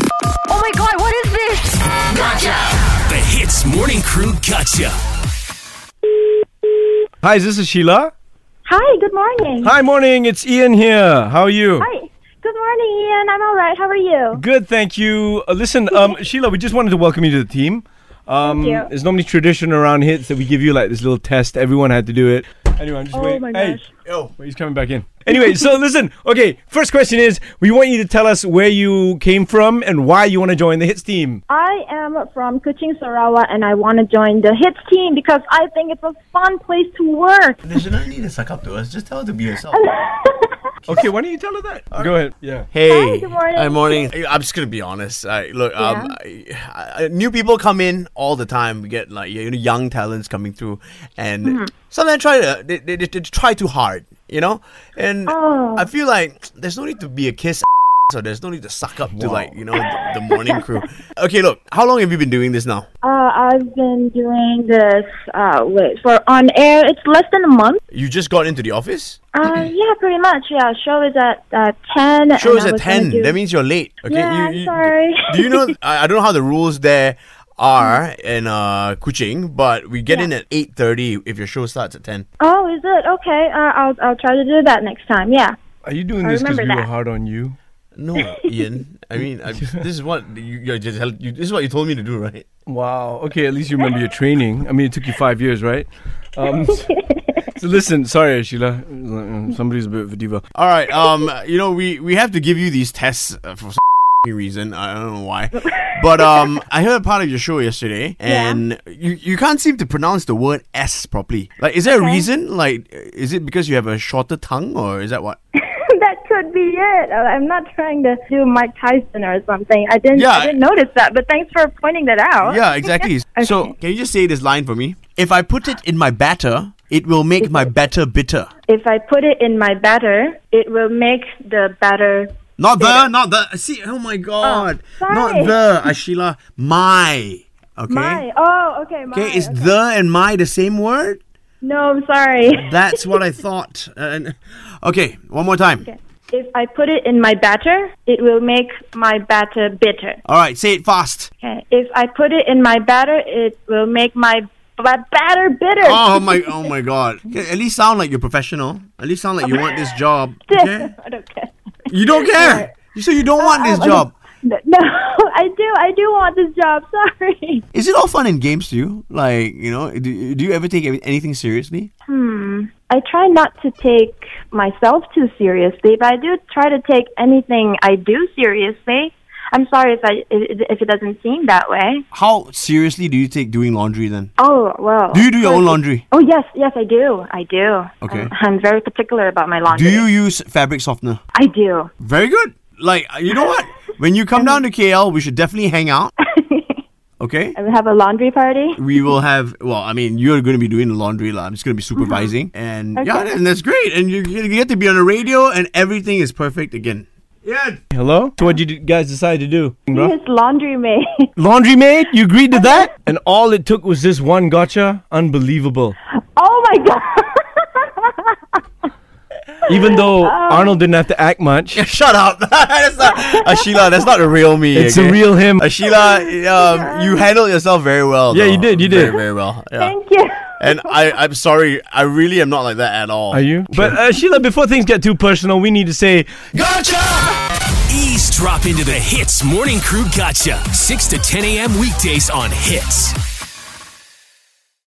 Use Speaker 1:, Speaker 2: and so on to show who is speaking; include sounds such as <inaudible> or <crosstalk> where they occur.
Speaker 1: Oh my god, what is this?
Speaker 2: The Hits Morning Crew Gotcha.
Speaker 3: Hi, is this is Sheila?
Speaker 4: Hi, good morning.
Speaker 3: Hi, morning. It's Ian here. How are you?
Speaker 4: Hi. Good morning, Ian. I'm all right. How are you?
Speaker 3: Good, thank you. Uh, listen,
Speaker 4: <laughs>
Speaker 3: um, Sheila, we just wanted to welcome you to the team. Um,
Speaker 4: Thank you.
Speaker 3: There's normally tradition around hits that we give you like this little test. Everyone had to do it. Anyway, I'm just
Speaker 4: Oh
Speaker 3: waiting.
Speaker 4: my
Speaker 3: hey,
Speaker 4: gosh.
Speaker 3: yo, wait, he's coming back in.
Speaker 4: <laughs>
Speaker 3: Anyway, so listen. Okay, first question is we want you to tell us where you came from and why you want to join the hits
Speaker 4: <laughs>
Speaker 3: team.
Speaker 4: I am from Kuching, Sarawak, and I want to join the HITS team because I think it's a fun place to work.
Speaker 5: They shouldn't need to suck up to us. Just tell her to be yourself.
Speaker 3: Okay, why don't you tell her that? Go ahead. Yeah.
Speaker 5: Hey,
Speaker 4: good morning.
Speaker 5: Hi, morning. I- I'm just gonna be honest. I, look, um, I, I, new people come in all the time. We get like you know young talents coming through, and
Speaker 4: Mm-hmm.
Speaker 5: sometimes try to they, they, they, they try too hard, you know. And
Speaker 4: Oh.
Speaker 5: I feel like there's no need to be a kiss, <laughs> so there's no need to suck up to like you know the, the morning crew. Okay, look, how long have you been doing this now?
Speaker 4: Uh, I've been doing this, uh, wait, for on air, it's less than a month.
Speaker 5: You just got into the office.
Speaker 4: Uh, yeah, pretty much. Yeah, show is at uh, 10. and
Speaker 5: Hmm. Show is
Speaker 4: I
Speaker 5: at
Speaker 4: was gonna
Speaker 5: ten.
Speaker 4: do-
Speaker 5: That means you're late. Okay.
Speaker 4: Yeah, I'm sorry.
Speaker 5: Do you
Speaker 4: <laughs>
Speaker 5: know? I, I don't know how the rules there are in uh, Kuching, but we get in at eight thirty if your show starts at ten.
Speaker 4: oh, is it? Okay. Uh, I'll, I'll try to do that next time. Yeah.
Speaker 3: Are you doing
Speaker 4: I
Speaker 3: this because we
Speaker 4: remember
Speaker 3: were
Speaker 4: that.
Speaker 3: hard on you?
Speaker 4: <laughs>
Speaker 5: No, Ian. I mean, I, this is what you, you're just. hel- You, this is what you told me to do, right?
Speaker 3: Wow. Okay, at least you remember your training. I mean, it took you five years, right? Um, <laughs> so listen, sorry, Sheila. Somebody's a bit of a diva.
Speaker 5: All right. Um, you know, we we have to give you these tests uh, for some <laughs> reason. I don't know
Speaker 4: <laughs>
Speaker 5: why, but um, I heard part of your show yesterday, and you you can't seem to pronounce the word s properly. Like, is there a reason? Like, is it because you have a shorter tongue, or is that what?
Speaker 4: <laughs> that could be it. Uh, I'm not trying to do Mike Tyson or something. I didn't,
Speaker 5: Yeah,
Speaker 4: I didn't notice that, but thanks for pointing that out.
Speaker 5: Yeah, <laughs> exactly. So, can you just say this line for me? If I put it in my batter, it will make my batter bitter.
Speaker 4: If I put it in my batter, it will make the batter.
Speaker 5: Not the, not the. See, oh my god,
Speaker 4: sorry.
Speaker 5: not the, Ashila, my. Okay.
Speaker 4: My. Oh, okay. My.
Speaker 5: Okay, is the and my the same word?
Speaker 4: No, I'm sorry.
Speaker 5: That's what I <laughs> thought. And okay, one more time.
Speaker 4: <laughs> if I put it in my batter, it will make my batter bitter.
Speaker 5: All right, say it fast.
Speaker 4: Okay. If I put it in my batter, it will make my ba- batter bitter. <laughs>
Speaker 5: Oh my, oh my <laughs> god. Okay, at least sound like you're professional. At least sound like you want this <laughs> job. Okay,
Speaker 4: I don't care. <laughs>
Speaker 5: you don't care. So you don't want this
Speaker 4: I- I-
Speaker 5: job.
Speaker 4: No, I do. I do want this job. <laughs> Sorry.
Speaker 5: Is it all fun and games to you? Like, you know, do, do you ever take any- anything seriously?
Speaker 4: I try not to take myself too seriously, but I do try to take anything I do seriously. I'm sorry if I if if it doesn't seem that way.
Speaker 5: How seriously do you take doing laundry then?
Speaker 4: Oh well.
Speaker 5: Do you do your own laundry?
Speaker 4: Oh yes, yes I do. I do.
Speaker 5: Okay.
Speaker 4: I'm, I'm very particular about my laundry.
Speaker 5: Do you use fabric softener?
Speaker 4: I do.
Speaker 5: Very good. Like, uh, you know what? When you come down to KL, we should definitely hang out. Okay?
Speaker 4: I have a laundry party.
Speaker 5: We will have, well, I mean, you're going to be doing the laundry. lah. I'm just going to be supervising. And yeah, and that's great. And you, you get to be on the radio, and everything is perfect again. Yeah.
Speaker 3: Hello? So what did you guys decide to do?
Speaker 4: His laundry maid. <laughs>
Speaker 3: Laundry maid? You agreed to that? And all it took was this one gotcha? Unbelievable.
Speaker 4: oh my god. <laughs>
Speaker 3: Even though Arnold didn't have to act
Speaker 5: <laughs>
Speaker 3: much,
Speaker 5: Shut up. that's
Speaker 4: <laughs>
Speaker 5: not, Ashila, that's not the real me.
Speaker 3: it's
Speaker 5: okay?
Speaker 3: a real him.
Speaker 5: Uh,
Speaker 4: Oh
Speaker 5: Sheila, um, you handled yourself very well.
Speaker 3: Yeah,
Speaker 5: though.
Speaker 3: you did, you did.
Speaker 5: Very, very well. yeah.
Speaker 4: Thank you.
Speaker 5: And I, I'm sorry, I really am not like that at all.
Speaker 3: Are you? But uh, Sheila, before things get too personal, we need to say
Speaker 2: Eavesdrop into the Hits Morning Crew Gotcha. 6 to 10 a.m. weekdays on Hits.